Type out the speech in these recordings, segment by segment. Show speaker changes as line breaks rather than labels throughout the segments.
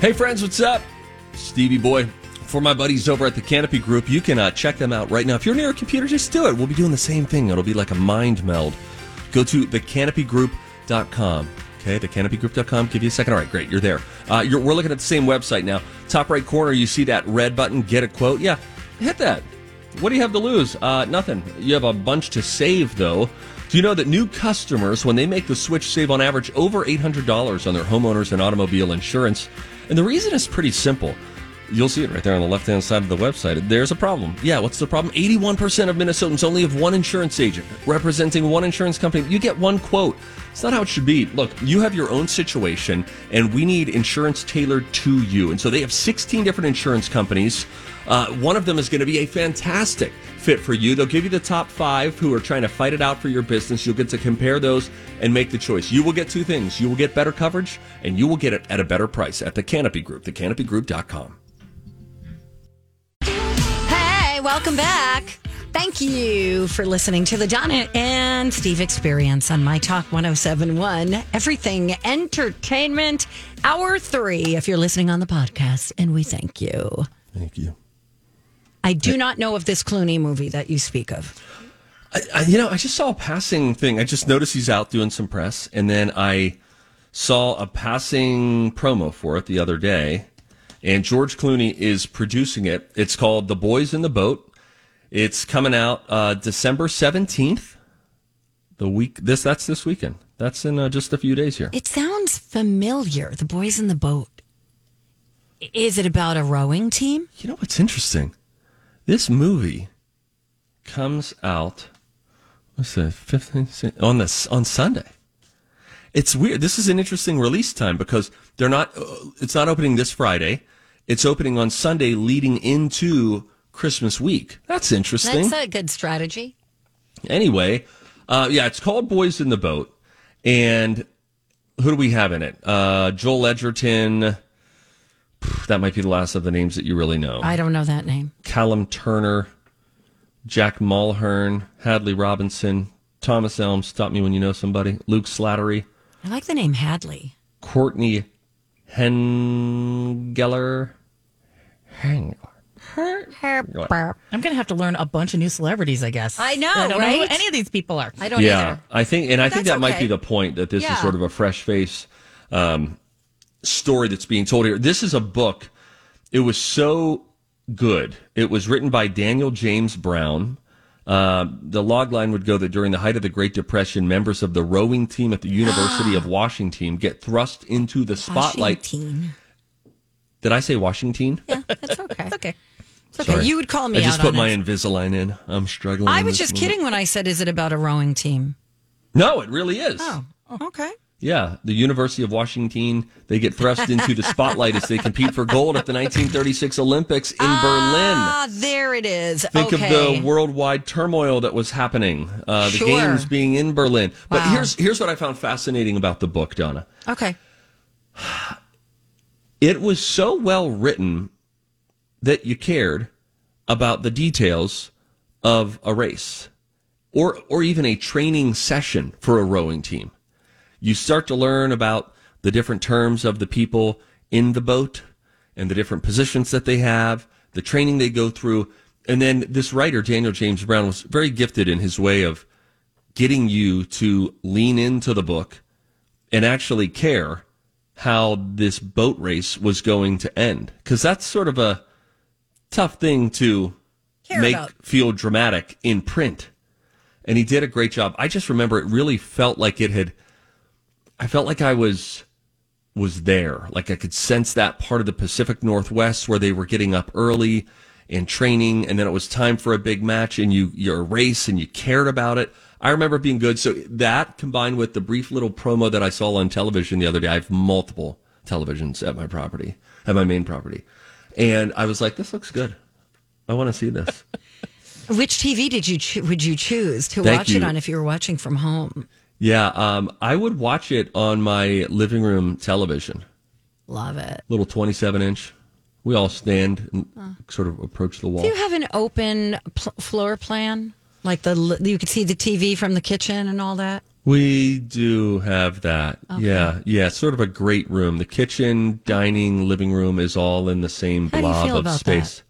Hey, friends, what's up? Stevie Boy. For my buddies over at the Canopy Group, you can uh, check them out right now. If you're near a computer, just do it. We'll be doing the same thing. It'll be like a mind meld. Go to thecanopygroup.com. Okay, thecanopygroup.com. Give you a second. All right, great. You're there. Uh, you're, we're looking at the same website now. Top right corner, you see that red button, get a quote. Yeah, hit that. What do you have to lose? Uh, nothing. You have a bunch to save, though. Do you know that new customers, when they make the switch, save on average over $800 on their homeowners and automobile insurance? And the reason is pretty simple. You'll see it right there on the left hand side of the website. There's a problem. Yeah, what's the problem? 81% of Minnesotans only have one insurance agent representing one insurance company. You get one quote. It's not how it should be. Look, you have your own situation, and we need insurance tailored to you. And so they have 16 different insurance companies. Uh, one of them is going to be a fantastic fit for you. They'll give you the top five who are trying to fight it out for your business. You'll get to compare those and make the choice. You will get two things you will get better coverage, and you will get it at a better price at the Canopy Group, thecanopygroup.com.
Hey, welcome back. Thank you for listening to the John and Steve Experience on My Talk 1071, Everything Entertainment, Hour 3, if you're listening on the podcast, and we thank you.
Thank you.
I do not know of this Clooney movie that you speak of.
I, I, you know, I just saw a passing thing. I just noticed he's out doing some press, and then I saw a passing promo for it the other day. And George Clooney is producing it. It's called The Boys in the Boat. It's coming out uh, December seventeenth. The week this that's this weekend. That's in uh, just a few days here.
It sounds familiar, The Boys in the Boat. Is it about a rowing team?
You know what's interesting? This movie comes out what's the 15th on this on Sunday. It's weird. This is an interesting release time because they're not uh, it's not opening this Friday. It's opening on Sunday leading into Christmas week. That's interesting.
That's a good strategy.
Anyway, uh, yeah, it's called Boys in the Boat. And who do we have in it? Uh, Joel Edgerton. Pff, That might be the last of the names that you really know.
I don't know that name.
Callum Turner, Jack Mulhern, Hadley Robinson, Thomas Elm, Stop Me When You Know Somebody, Luke Slattery,
I like the name Hadley.
Courtney Hengeler. Hengeler.
I'm going to have to learn a bunch of new celebrities, I guess.
I know,
I don't know who
right?
any of these people are.
I don't
yeah,
either.
I think, and I think
Oh, That's
that might
okay.
be the point that this
Yeah.
is sort of a fresh face um, story that's being told here. This is a book. It was so good. It was written by Daniel James Brown. Uh, the log line would go that during the height of the Great Depression, members of the rowing team at the University of Washington get thrust into the spotlight.
Washington.
Did I say Washington?
Yeah, that's okay.
It's okay.
It's okay.
Sorry.
You would call me
I just
out
put
on
my
it.
Invisalign in. I'm struggling.
I
in
was
this
just
moment.
kidding when I said, "Is it about a rowing team?"
No, it really is.
Oh, okay.
Yeah, the University of Washington, they get thrust into the spotlight as they compete for gold at the 1936 Olympics in Berlin.
Ah, there it is.
Think
okay.
of the worldwide turmoil that was happening, uh, the
Sure.
games being in Berlin. But
Wow.
here's here's what I found fascinating about the book, Donna.
okay.
It was so well written that you cared about the details of a race or or even a training session for a rowing team. You start to learn about the different terms of the people in the boat and the different positions that they have, the training they go through. And then this writer, Daniel James Brown, was very gifted in his way of getting you to lean into the book and actually care how this boat race was going to end. Cause that's sort of a tough thing to
Care
make
about.
feel dramatic in print. And he did a great job. I just remember it really felt like it had, I felt like I was, was there. Like I could sense that part of the Pacific Northwest where they were getting up early and training. And then it was time for a big match and you, your race and you cared about it. I remember it being good. So that combined with the brief little promo that I saw on television the other day, I have multiple televisions at my property, at my main property. And I was like, this looks good. I want to see this.
Which TV did you cho- would you choose to
Thank
watch it
you.
on if you were watching from home?
Yeah, um, I would watch it on my living room television,
Love it.
little 27 inch. We all stand and sort of approach the wall.
Do you have an open pl- floor plan? Like the l- you could see the TV from the kitchen and all that.
We do have that. Yeah. Yeah. It's sort of a great room. The kitchen, dining, living room is all in the same
How do you
blob
feel
of
about
space.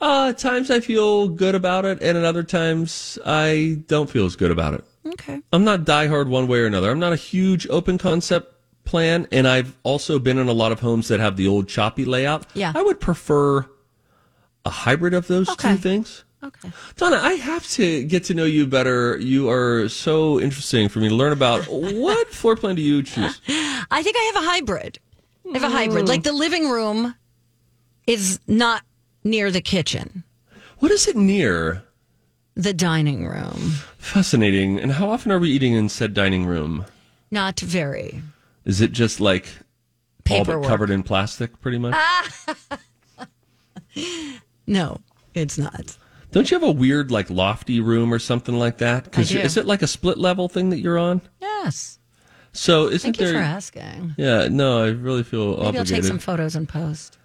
Uh, at times I feel good about it, and at other times I don't feel as good about it.
Okay.
I'm not diehard one way or another. I'm not a huge open concept plan, and I've also been in a lot of homes that have the old choppy layout.
Yeah.
I would prefer a hybrid of those
Okay.
two things.
Okay.
Donna, I have to get to know you better. You are so interesting for me to learn about. what floor plan do you choose?
I think I have a hybrid. I have a hybrid. Like the living room is not near the kitchen,
What is it near?
the dining room.
Fascinating. And how often are we eating in said dining room?
Not very.
Is it just like all
Paperwork. Uh,
but covered in plastic, pretty much?
No, it's not.
Don't you have a weird, like, lofty room or something like that? Because
I do.
is it like a split level thing that you're on?
Yes.
So isn't
Thank
there?
you for asking.
Yeah, no, I really feel
Maybe I'll take
obligated.
some photos and post.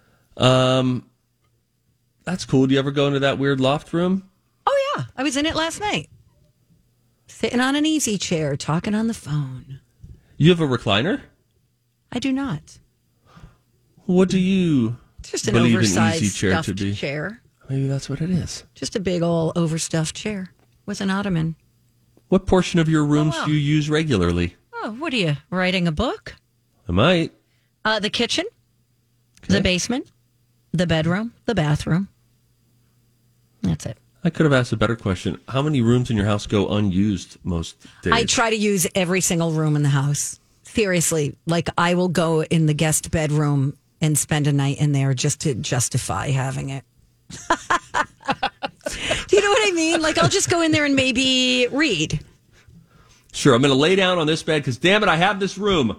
That's cool. Do you ever go into that weird loft room?
Oh, yeah. I was in it last night, sitting on an easy chair, talking on the phone.
You have a recliner.
I do not.
What do you?
It's just an
Believe an
oversized
easy chair to
stuffed
be.
chair.
Maybe that's what it is.
Just a big old overstuffed chair with an ottoman.
What portion of your rooms
wow.
do you use regularly?
Oh, what are you writing a book?
I might.
Uh, the kitchen,
Okay.
the basement, the bedroom, the bathroom. That's it.
I could have asked a better question. How many rooms in your house go unused most days?
I try to use every single room in the house. Seriously, like I will go in the guest bedroom and spend a night in there just to justify having it. Do you know what I mean? Like I'll just go in there and maybe read.
sure, I'm going to lay down on this bed because damn it, I have this room.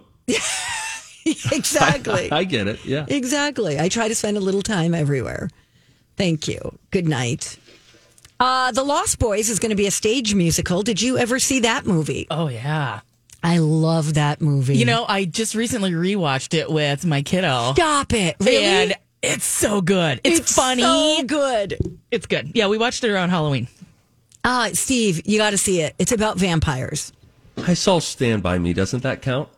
exactly.
I get it. Yeah.
Exactly. I try to spend a little time everywhere. Thank you. Good night. Uh, the Lost Boys is going to be a stage musical. Did you ever see that movie?
Oh, yeah.
I love that movie.
You know, I just recently rewatched it with my kiddo.
stop it. Really?
And it's so good. It's, funny.
so good.
It's good. Yeah, we watched it around Halloween.
Uh, Steve, you got to see it. It's about vampires.
I saw Stand By Me. Doesn't that count?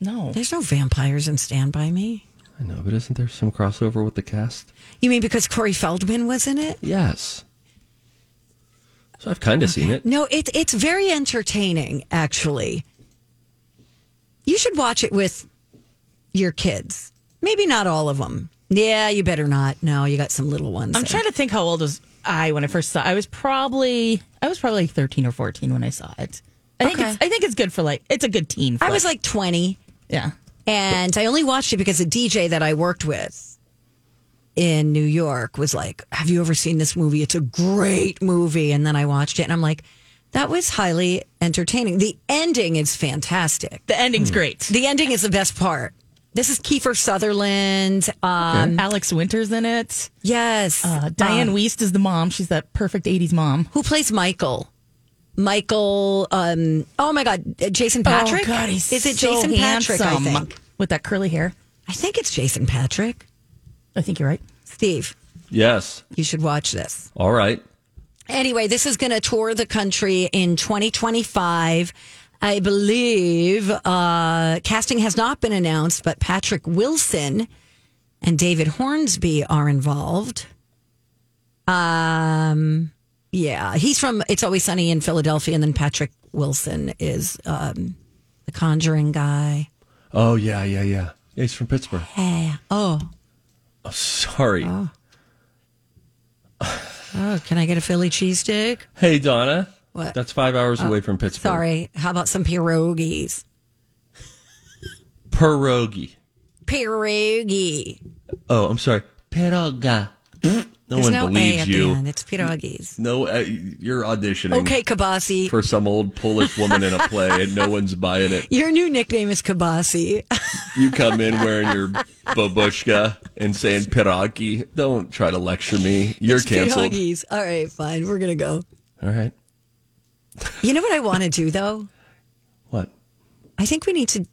No.
There's no vampires in Stand By Me.
I know, but isn't there some crossover with the cast?
You mean because Corey Feldman was in it?
Yes. So I've kind of seen it.
No, it, it's very entertaining, actually. You should watch it with your kids. Maybe not all of them. Yeah, you better not. No, you got some little ones.
I'm trying to think how old was I when I first saw. I was probably I was probably 13 or 14 when I saw it. I think
Okay.
it's, I think it's good for like it's a good teen.
I
flick.
was like 20,
yeah.
and I only watched it because a DJ that I worked with in New York was like, Have you ever seen this movie? It's a great movie. And then I watched it, and I'm like, That was highly entertaining. The ending is fantastic.
The ending's great.
The ending is the best part. This is Kiefer Sutherland. Um,
Alex Winter's in it.
Yes.
Uh, Diane
Uh,
Weist is the mom. She's that perfect 80s mom.
who plays Michael? Michael. Um, oh my God, uh, Jason Patrick.
Oh God, he's
is it
so
Jason
handsome.
Patrick? I think.
with that curly hair.
I think it's Jason Patrick.
I think you're right.
Steve,
Yes.
you should watch this.
All right.
Anyway, this is going to tour the country in 2025. I believe uh, casting has not been announced, but Patrick Wilson and David Hornsby are involved. Um, yeah, he's from It's Always Sunny in Philadelphia, and then Patrick Wilson is um, the Conjuring guy.
Oh yeah, yeah, yeah. Yeah, he's from Pittsburgh.
Hey, Ah. oh,
Oh, sorry.
oh, can I get a Philly cheesesteak?
Hey, Donna.
What? Uh,
That's five hours away from Pittsburgh.
Sorry, how about some pierogies?
Pierogi.
Pierogi.
Oh, I'm sorry. Pieroga. No
There's
one
no A
believes
at
you.
the end. It's pierogies.
No, uh, you're auditioning
Okay, Kabasi.
for some old Polish woman in a play, and no one's buying it.
Your new nickname is Kabasi.
You come in wearing your babushka and saying pierogi. Don't try to lecture me. You're canceled.
Pierogies. All right, fine. We're gonna go.
All right.
You know what I want to do though?
What?
I think we need to.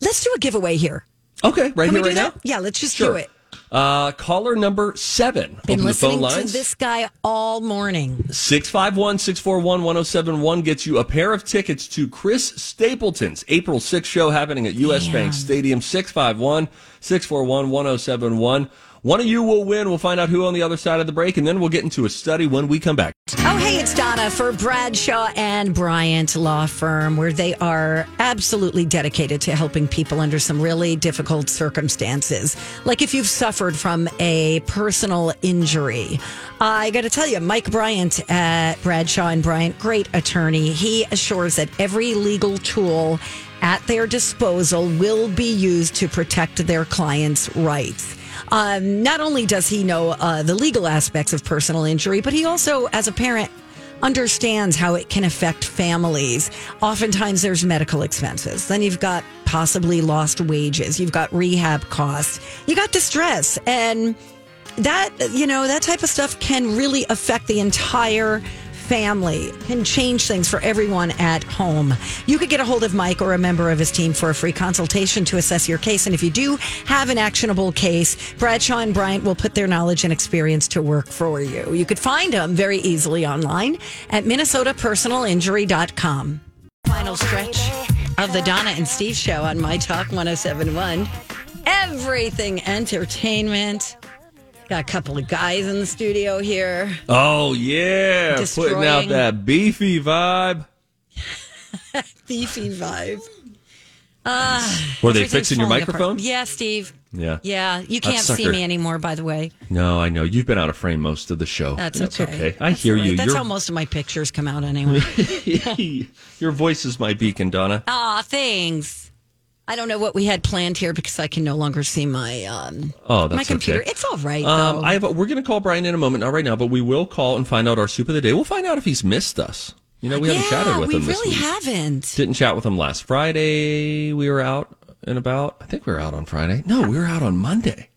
Let's do a giveaway here.
Okay, right here,
Can we do
right
that?
now.
Yeah, let's just do
Sure.
it.
Uh, caller number seven.
Been
Open the
listening
phone lines.
to this guy all morning.
651 641 1071 gets you a pair of tickets to Chris Stapleton's April 6th show happening at US Bank Stadium. 651 641 1071. One of you will win. We'll find out who on the other side of the break, and then we'll get into a study when we come back.
Oh, hey, it's Donna for Bradshaw and Bryant Law Firm, where they are absolutely dedicated to helping people under some really difficult circumstances. Like if you've suffered from a personal injury. I got to tell you, Mike Bryant at Bradshaw and Bryant, great attorney. He assures that every legal tool at their disposal will be used to protect their clients' rights. Um, not only does he know uh, the legal aspects of personal injury, but he also, as a parent, understands how it can affect families. Oftentimes, there's medical expenses. Then you've got possibly lost wages. You've got rehab costs. You got distress. And that, you know, that type of stuff can really affect the entire family can change things for everyone at home. You could get a hold of Mike or a member of his team for a free consultation to assess your case. And if you do have an actionable case, Bradshaw and Bryant will put their knowledge and experience to work for you. You could find them very easily online at minnesotapersonalinjury.com. Final stretch of the Donna and Steve show on My Talk 1071. Everything entertainment. Got a couple of guys in the studio here.
Oh, yeah. Putting out
Destroying-
that beefy vibe.
beefy vibe.
Were they
Everything's
fixing your
falling apart.
microphone?
Yeah, Steve.
Yeah.
Yeah, you can't see
sucker.
me anymore. By the way,
No, I know. You've been out of frame most of the show.
that's,
It's
okay.
I
That's
hear
all right.
you.
That's
Your,
how most of my pictures come out anyway.
your voice is my beacon, Donna.
Aw, thanks. I don't know what we had planned here because I can no longer see my um
Oh, that's
my computer.
okay.
It's all right.
Um,
though.
I have a, we're going to call Brian in a moment, not right now, but we will call and find out our soup of the day. We'll find out if he's missed us. You know, we
yeah,
haven't chatted with
we
him this
really
week.
haven't.
Didn't chat with him last Friday. We were out and about. I think we were out on Friday. No, we were out on Monday.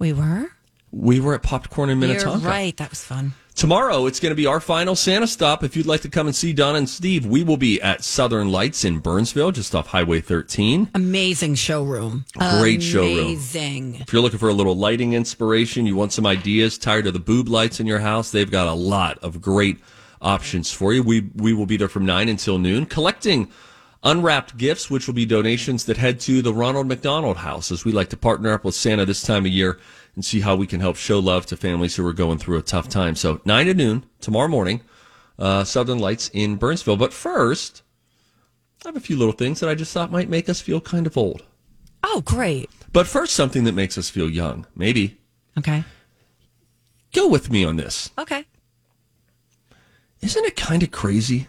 We were.
We were at Popcorn in Minnetonka.
You're right. That was fun.
Tomorrow, it's going to be our final Santa stop. If you'd like to come and see Don and Steve, we will be at Southern Lights in Burnsville, just off Highway 13.
Amazing showroom.
Great showroom.
Amazing.
If you're looking for a little lighting inspiration, you want some ideas, tired of the boob lights in your house, they've got a lot of great options for you. We we will be there from 9 until noon collecting unwrapped gifts which will be donations that head to the Ronald McDonald House as we like to partner up with Santa this time of year and see how we can help show love to families who are going through a tough time. So 9 to noon tomorrow morning, uh, Southern Lights in Burnsville. But first, I have a few little things that I just thought might make us feel kind of old.
Oh, great.
But first, something that makes us feel young. Maybe.
Okay.
Go with me on this.
Okay.
Isn't it kind of crazy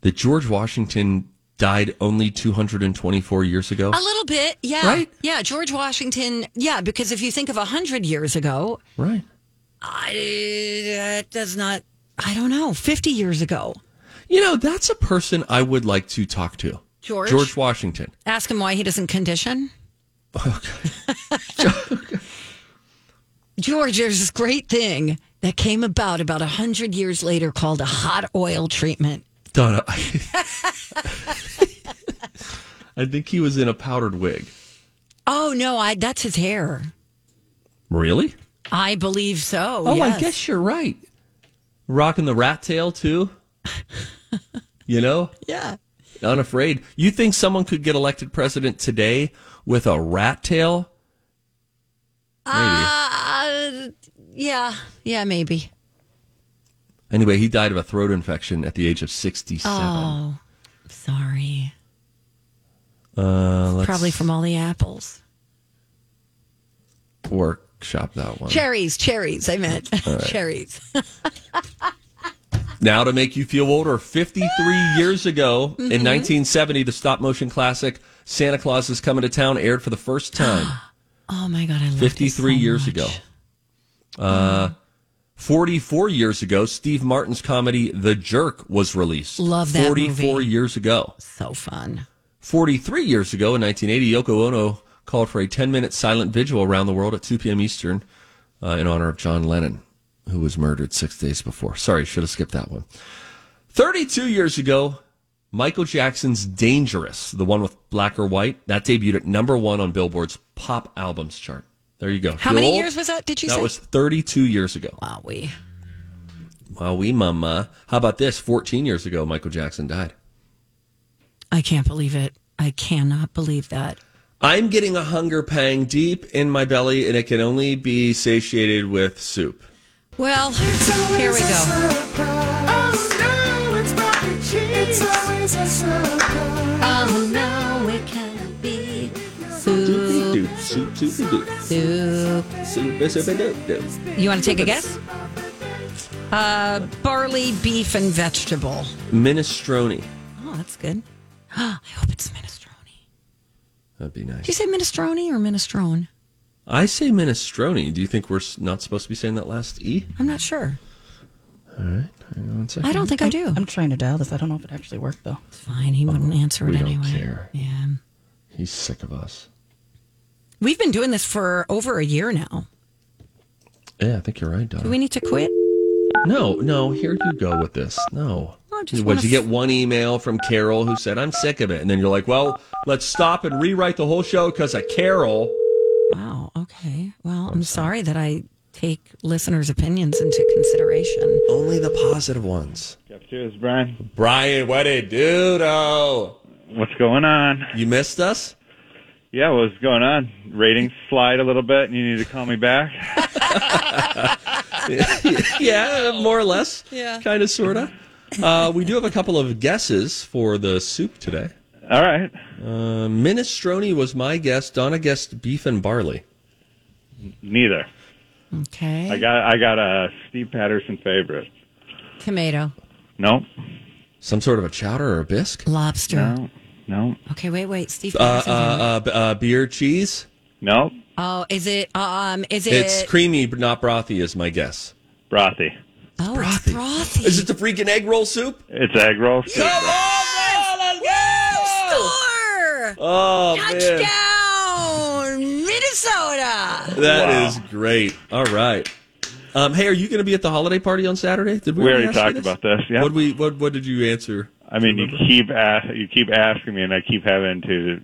that George Washington died only 224 years ago?
A little bit, yeah.
Right?
Yeah, George Washington, yeah, because if you think of 100 years ago,
Right.
I, that does not, I don't know, 50 years ago.
You know, that's a person I would like to talk to.
George?
George Washington. Oh,
Ask him why he doesn't condition. George, there's this great thing that came about about 100 years later called a hot oil treatment.
Donna. I, I think he was in a powdered wig.
Oh, no, I that's his hair.
Really?
I believe so.
Oh, I
yes.
guess you're right. Rocking the rat tail, too. you know?
Yeah.
unafraid. You think someone could get elected president today with a rat tail? Maybe.
Uh, yeah. Yeah, maybe.
anyway, he died of a throat infection at the age of 67.
Oh, sorry.
uh, let's
Probably from all the apples.
workshop that one.
Cherries, cherries, I meant. Cherries.
Now to make you feel older, 53
Ah.
years ago in
Mm-hmm.
1970, the stop motion classic Santa Claus is Coming to Town aired for the first time.
Oh my God, I love
53 years ago. Uh, 44 years ago, Steve Martin's comedy The Jerk was released.
Love that
44
movie.
years ago.
So fun.
43 years ago in 1980, Yoko Ono called for a 10 minute silent vigil around the world at 2 p.m. Eastern uh, in honor of John Lennon, who was murdered six days before. Sorry, should have skipped that one. 32 years ago, Michael Jackson's Dangerous, the one with black or white, that debuted at number one on Billboard's pop albums chart. There you go.
How many
You're
years was that? Did you
That
say?
was 32 years ago.
wow, we.
Wow, we mama. How about this? 14 years ago, Michael Jackson died.
I can't believe it. I cannot believe that.
I'm getting a hunger pang deep in my belly, and it can only be satiated with soup.
Well, here we go. Oh, no, it can't be.
Doop, soup, soup, soup,
Soup.
soup, soup, soup, doop, doop.
You want to take a guess? Uh, barley, beef, and vegetable.
Minestrone.
Oh, that's good. I hope it's minestrone.
That'd be
Do you
nice.
say minestrone or minestrone?
I say minestrone. Do you think we're s- not supposed to be saying that last E?
I'm not sure.
All right. Hang on one second.
I don't think I do.
I'm trying to dial this. I don't know if it actually worked though.
It's fine. He wouldn't answer it
we don't
anyway.
care.
Yeah.
He's sick of us.
We've been doing this for over a year now.
Yeah, I think you're right, Don.
Do we need to quit?
No, no, here you go with this. No.
Oh, I just
what,
wanna
did you
f-
get one email from Carol who said, I'm sick of it? And then you're like, well, let's stop and rewrite the whole show because of Carol.
Wow. Okay. Well, I'm sorry that I take listeners' opinions into consideration.
Only the positive ones.
Cheers, Brian.
Brian, what a doodle.
What's going on?
You missed us?
Yeah, what's going on? Ratings slide a little bit, and you need to call me back.
yeah, more or less. Yeah. Kind of, sort of. Uh, we do have a couple of guesses for the soup today.
All right.
Uh, minestrone was my guess. Donna guessed beef and barley.
Neither.
Okay.
I got I got a Steve Patterson favorite.
Tomato,
No,
Some sort of a chowder or a bisque?
lobster.
no, no,
Okay. Wait. Wait. Steve.
Uh, uh,
Patterson.
uh, b- uh, beer, cheese?
no.
oh, is it? Um. Is it?
It's creamy, but not brothy, is my guess.
Brothy.
oh,
brothy.
it's brothy.
Is it the freaking egg roll soup?
It's egg roll. soup.
on, let's
Score!
Oh, man.
Touchdown, Minnesota!
That
Wow.
is great. All right. Um, hey, are you going to be at the holiday party on Saturday? Did
We
already
already
ask you
talked about this, yeah.
What we what what did you answer?
I mean, you keep ask, you keep asking me, and I keep having to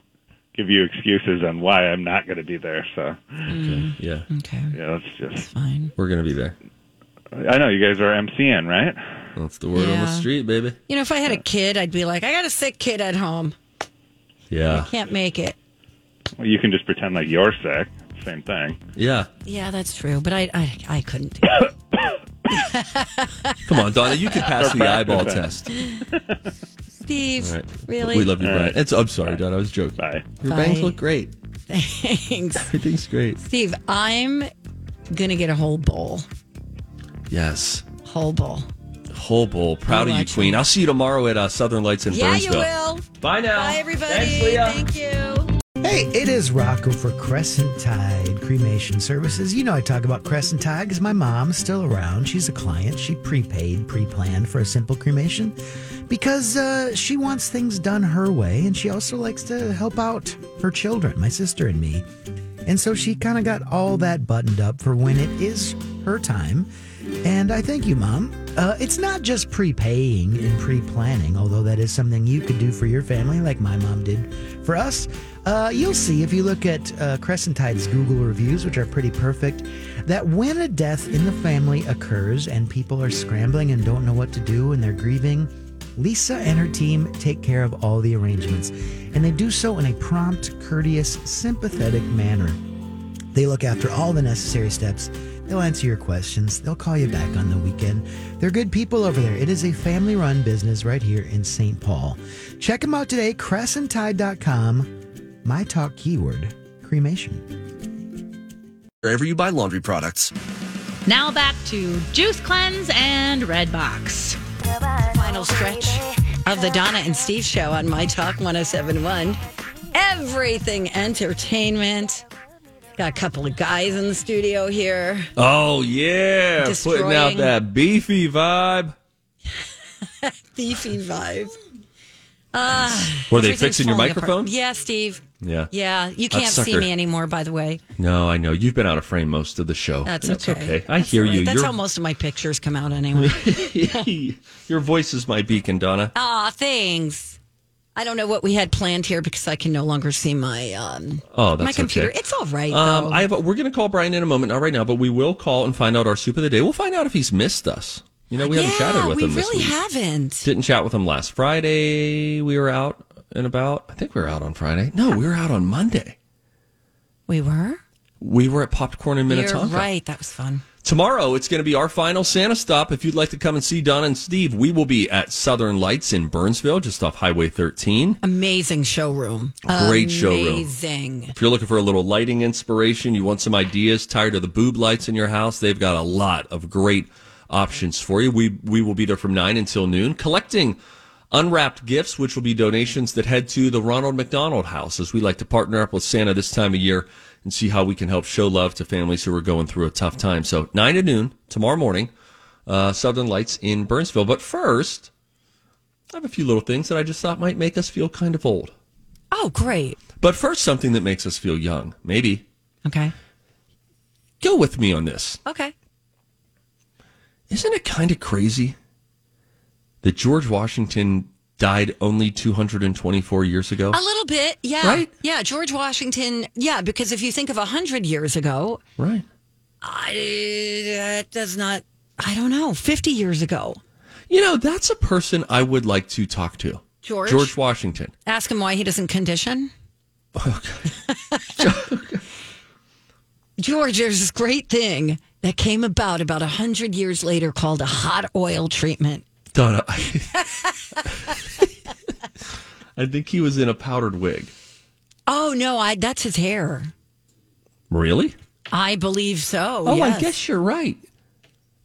give you excuses on why I'm not going to be there. So
Mm.
Yeah,
Okay,
yeah, let's just.
fine.
we're going to be there.
I know you guys are MCN, right?
That's the word on the
Yeah.
street, baby.
You know, if I had a kid, I'd be like, I got a sick kid at home.
Yeah,
Can't make it.
Well, you can just pretend like you're sick. Same thing.
yeah.
Yeah, that's true. But I, I, I couldn't. Do it.
Come on, Donna, you can pass the eyeball test.
Steve,
All right.
really?
We love you,
All right.
Brian. It's, I'm sorry, Donna. I was joking.
Bye.
Your
Bye.
bangs look great.
Thanks,
Everything's great.
Steve. I'm gonna get a whole bowl.
Yes.
Whole bowl.
Whole bowl. Proud of you,
Watch
Queen.
me.
I'll see you tomorrow at uh, Southern Lights in
Yeah, you
Burnsville.
will.
Bye now.
Bye, everybody.
Thanks, Leah.
Thank you.
Hey, it is Rocco for Crescent Tide Cremation Services. You know, I talk about Crescent Tide because my mom's still around. She's a client. She prepaid, pre planned for a simple cremation because uh, she wants things done her way and she also likes to help out her children, my sister and me. And so she kind of got all that buttoned up for when it is her time. And I thank you, Mom. Uh, it's not just prepaying and pre planning, although that is something you could do for your family, like my mom did for us. Uh, you'll see if you look at uh, Crescent Tide's Google reviews, which are pretty perfect, that when a death in the family occurs and people are scrambling and don't know what to do and they're grieving, Lisa and her team take care of all the arrangements, and they do so in a prompt, courteous, sympathetic manner. They look after all the necessary steps. They'll answer your questions. They'll call you back on the weekend. They're good people over there. It is a family run business right here in St. Paul. Check them out today, crescenttide.com. My talk keyword cremation.
wherever you buy laundry products.
Now back to Juice Cleanse and Red Box.
Final stretch of the Donna and Steve show on My Talk 1071. Everything entertainment. Got a couple of guys in the studio here.
Oh yeah, putting out
Destroying-
that beefy vibe.
Beefy vibe.
Were they
Everything's
fixing your
falling apart.
microphone?
Yeah, Steve.
Yeah.
Yeah, you
That
can't see
sucker.
me anymore, by the way.
No, I know you've been out of frame most of the show.
That's
It's
okay.
I
That's
hear
all right.
you.
That's
your,
how most of my pictures come out anyway.
your voice is my beacon, Donna.
Aw, thanks. I don't know what we had planned here because I can no longer see my um,
Oh, that's
my computer.
okay.
It's all right.
Um,
though.
I have. A, we're going to call Brian in a moment, not right now, but we will call and find out our soup of the day. We'll find out if he's missed us. You know, we
yeah,
haven't chatted with
we
him this
really
week.
haven't.
Didn't chat with him last Friday. We were out and about. I think we were out on Friday. No, we were out on Monday.
We were.
We were at Popcorn in Minnetonka.
You're right. That was fun.
Tomorrow, it's going to be our final Santa stop. If you'd like to come and see Don and Steve, we will be at Southern Lights in Burnsville, just off Highway 13.
Amazing showroom.
Great showroom.
Amazing.
If you're looking for a little lighting inspiration, you want some ideas, tired of the boob lights in your house, they've got a lot of great options for you. We we will be there from 9 until noon collecting unwrapped gifts which will be donations that head to the Ronald McDonald House as we like to partner up with Santa this time of year and see how we can help show love to families who are going through a tough time. So 9 to noon tomorrow morning, uh, Southern Lights in Burnsville. But first, I have a few little things that I just thought might make us feel kind of old.
Oh, great.
But first, something that makes us feel young. Maybe
Okay.
go with me on this.
Okay.
Isn't it kind of crazy that George Washington died only 224 years ago?
A little bit, yeah.
Right?
Yeah, George Washington. Yeah, because if you think of 100 years ago,
Right.
I, that does not, I don't know, 50 years ago.
You know, that's a person I would like to talk to.
George?
George Washington.
Ask him why he doesn't condition.
Okay.
George, there's this great thing that came about about 100 years later called a hot oil treatment.
Donna, I, I think he was in a powdered wig.
Oh, no, I that's his hair.
Really?
I believe so.
Oh, I
yes.
guess you're right.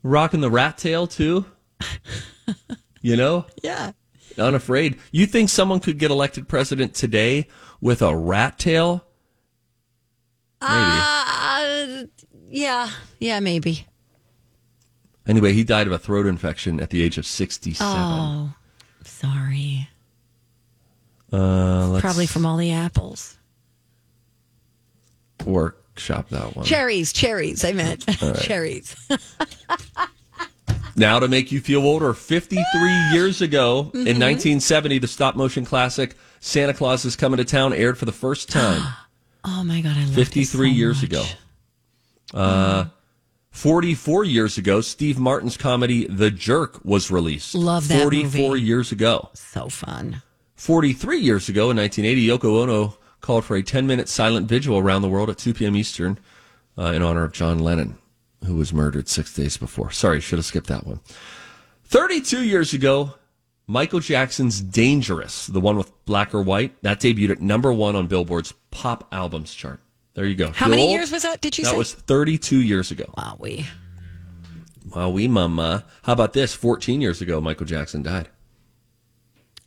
Rocking the rat tail, too. you know?
Yeah.
unafraid. You think someone could get elected president today with a rat tail? Maybe.
Uh, yeah. Yeah, maybe.
anyway, he died of a throat infection at the age of 67.
Oh, sorry.
uh, let's
Probably from all the apples.
workshop that one.
Cherries, cherries, I meant. cherries.
Now to make you feel older, 53
Ah.
years ago
Mm-hmm.
in 1970, the stop motion classic Santa Claus is Coming to Town aired for the first time.
Oh my God, I love
53 years ago. Uh,
Mm-hmm.
44 years ago, Steve Martin's comedy The Jerk was released.
Love that
44
movie.
years ago.
So fun.
43 years ago in 1980, Yoko Ono called for a 10 minute silent vigil around the world at 2 p.m. Eastern uh, in honor of John Lennon, who was murdered six days before. Sorry, should have skipped that one. 32 years ago, Michael Jackson's Dangerous, the one with black or white, that debuted at number one on Billboard's pop albums chart. There you go.
How
Feel
many
old?
years was that? Did you
That
say?
was 32 years ago.
wow, we.
Wow, we mama. How about this? 14 years ago, Michael Jackson died.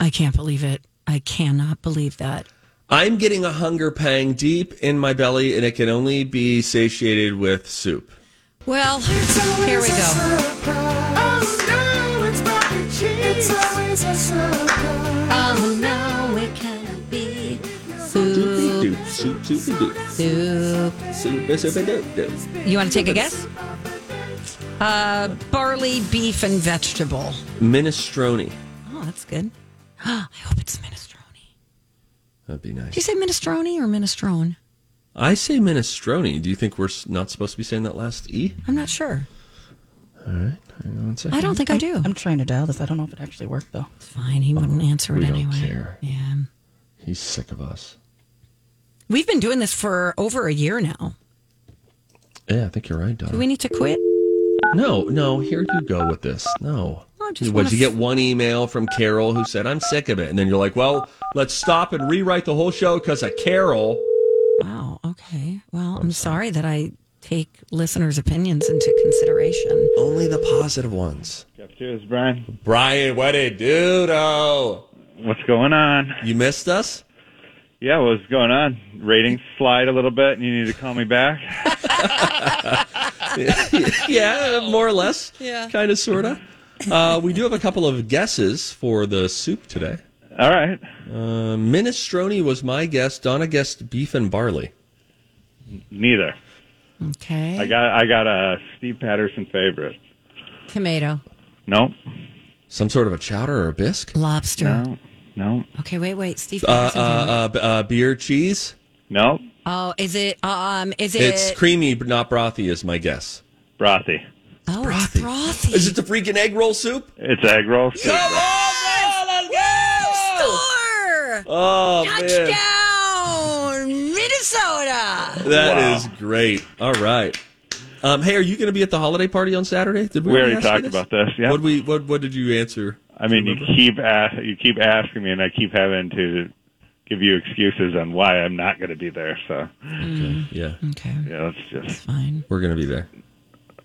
I can't believe it. I cannot believe that.
I'm getting a hunger pang deep in my belly, and it can only be satiated with soup.
Well, here we go. Oh no, it can't be. Soup,
Doop, soup, soup, doop,
soup.
soup, soup, doop, doop.
You want to take a guess? Uh, barley, beef, and vegetable.
Minestrone.
Oh, that's good. I hope it's minestrone.
That'd be
Did
nice.
you say minestrone or minestrone?
I say minestrone. Do you think we're s- not supposed to be saying that last E?
I'm not sure.
All right. Hang on one second.
I don't think I do.
I'm trying to dial this. I don't know if it actually worked though.
Fine, he wouldn't answer it
we don't
anyway.
care.
Yeah.
He's sick of us.
We've been doing this for over a year now.
Yeah, I think you're right, Donna.
Do we need to quit? Oh,
No, no, here you go with this. No.
I just
what,
wanna
did you
f-
get one email from Carol who said, I'm sick of it? And then you're like, well, let's stop and rewrite the whole show because of Carol.
Wow. Okay. Well, I'm sorry that I take listeners' opinions into consideration.
Only the positive ones.
Cheers, Brian.
Brian, what a doodle.
What's going on?
You missed us?
Yeah, what's going on? Ratings slide a little bit, and you need to call me back.
yeah, more or less. Yeah. Kind of, sort of. Uh, we do have a couple of guesses for the soup today.
All right.
Uh, minestrone was my guess. Donna guessed beef and barley.
Neither.
Okay.
I got I got a Steve Patterson favorite.
Tomato,
Nope.
Some sort of a chowder or a bisque?
lobster,
No. No.
Okay, wait, wait, Steve.
Uh, uh,
Patterson.
uh, b- uh, beer cheese.
No.
oh, is it? Um, is it?
It's creamy, but not brothy, is my guess.
Brothy.
oh, brothy. it's brothy.
Is it the freaking egg roll soup?
It's egg roll. soup.
on, let's go!
Score!
Oh man,
Touchdown, Minnesota!
that
Wow.
is great. All right. Um, hey, are you going to be at the holiday party on Saturday? Did we,
We already
ask you
talked about this, yeah.
What we what what did you answer?
I mean, you keep ask, you keep asking me, and I keep having to give you excuses on why I'm not going to be there. So
Mm.
Yeah,
Okay,
yeah, that's just.
fine.
we're going to be there.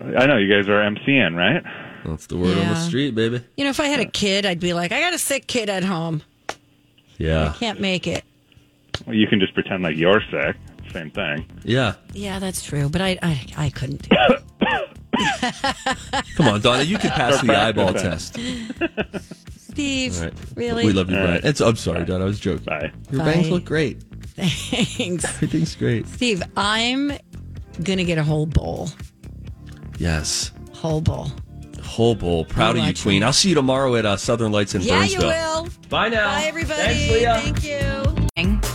I know you guys are MCN, right?
That's the word on the
Yeah.
street, baby.
You know, if I had a kid, I'd be like, I got a sick kid at home.
Yeah,
Can't make it.
Well, you can just pretend like you're sick. Same thing.
yeah.
Yeah, that's true. But I, I, I couldn't. Do it.
Come on, Donna, you can pass the eyeball test.
Steve,
All right.
really?
We love you,
All
Brian.
right.
It's, I'm sorry, Donna. I was joking.
Bye.
Your
Bye.
bangs look great.
Thanks,
Everything's great.
Steve. I'm gonna get a whole bowl.
Yes.
Whole bowl.
Whole bowl. Proud of you,
Watch
Queen. I'll see you tomorrow at uh, Southern Lights in
Yeah, you
Burnsville.
will.
Bye now.
Bye, everybody.
Thanks, Leah.
Thank you.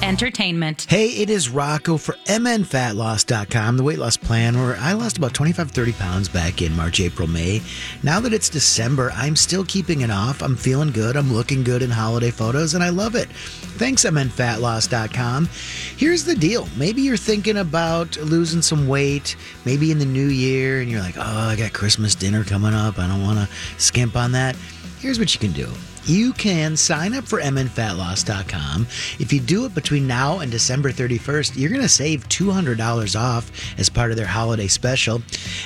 Entertainment.
Hey, it is Rocco for MNFatLoss.com, the weight loss plan where I lost about 25, 30 pounds back in March, April, May. Now that it's December, I'm still keeping it off. I'm feeling good. I'm looking good in holiday photos, and I love it. Thanks, MNFatLoss.com. Here's the deal maybe you're thinking about losing some weight, maybe in the new year, and you're like, oh, I got Christmas dinner coming up. I don't want to skimp on that. Here's what you can do. You can sign up for mnfatloss.com. If you do it between now and December 31st, you're going to save $200 off as part of their holiday special.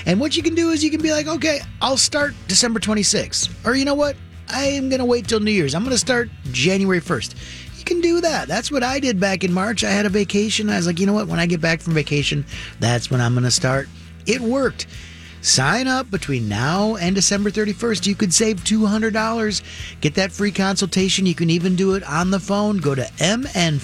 And what you can do is you can be like, okay, I'll start December 26th. Or you know what? I am going to wait till New Year's. I'm going to start January 1st you can do that. That's what I did back in March. I had a vacation. I was like, you know what? When I get back from vacation, that's when I'm going to start. It worked. Sign up between now and December 31st. You could save $200. Get that free consultation. You can even do it on the phone. Go to mnfatloss.com.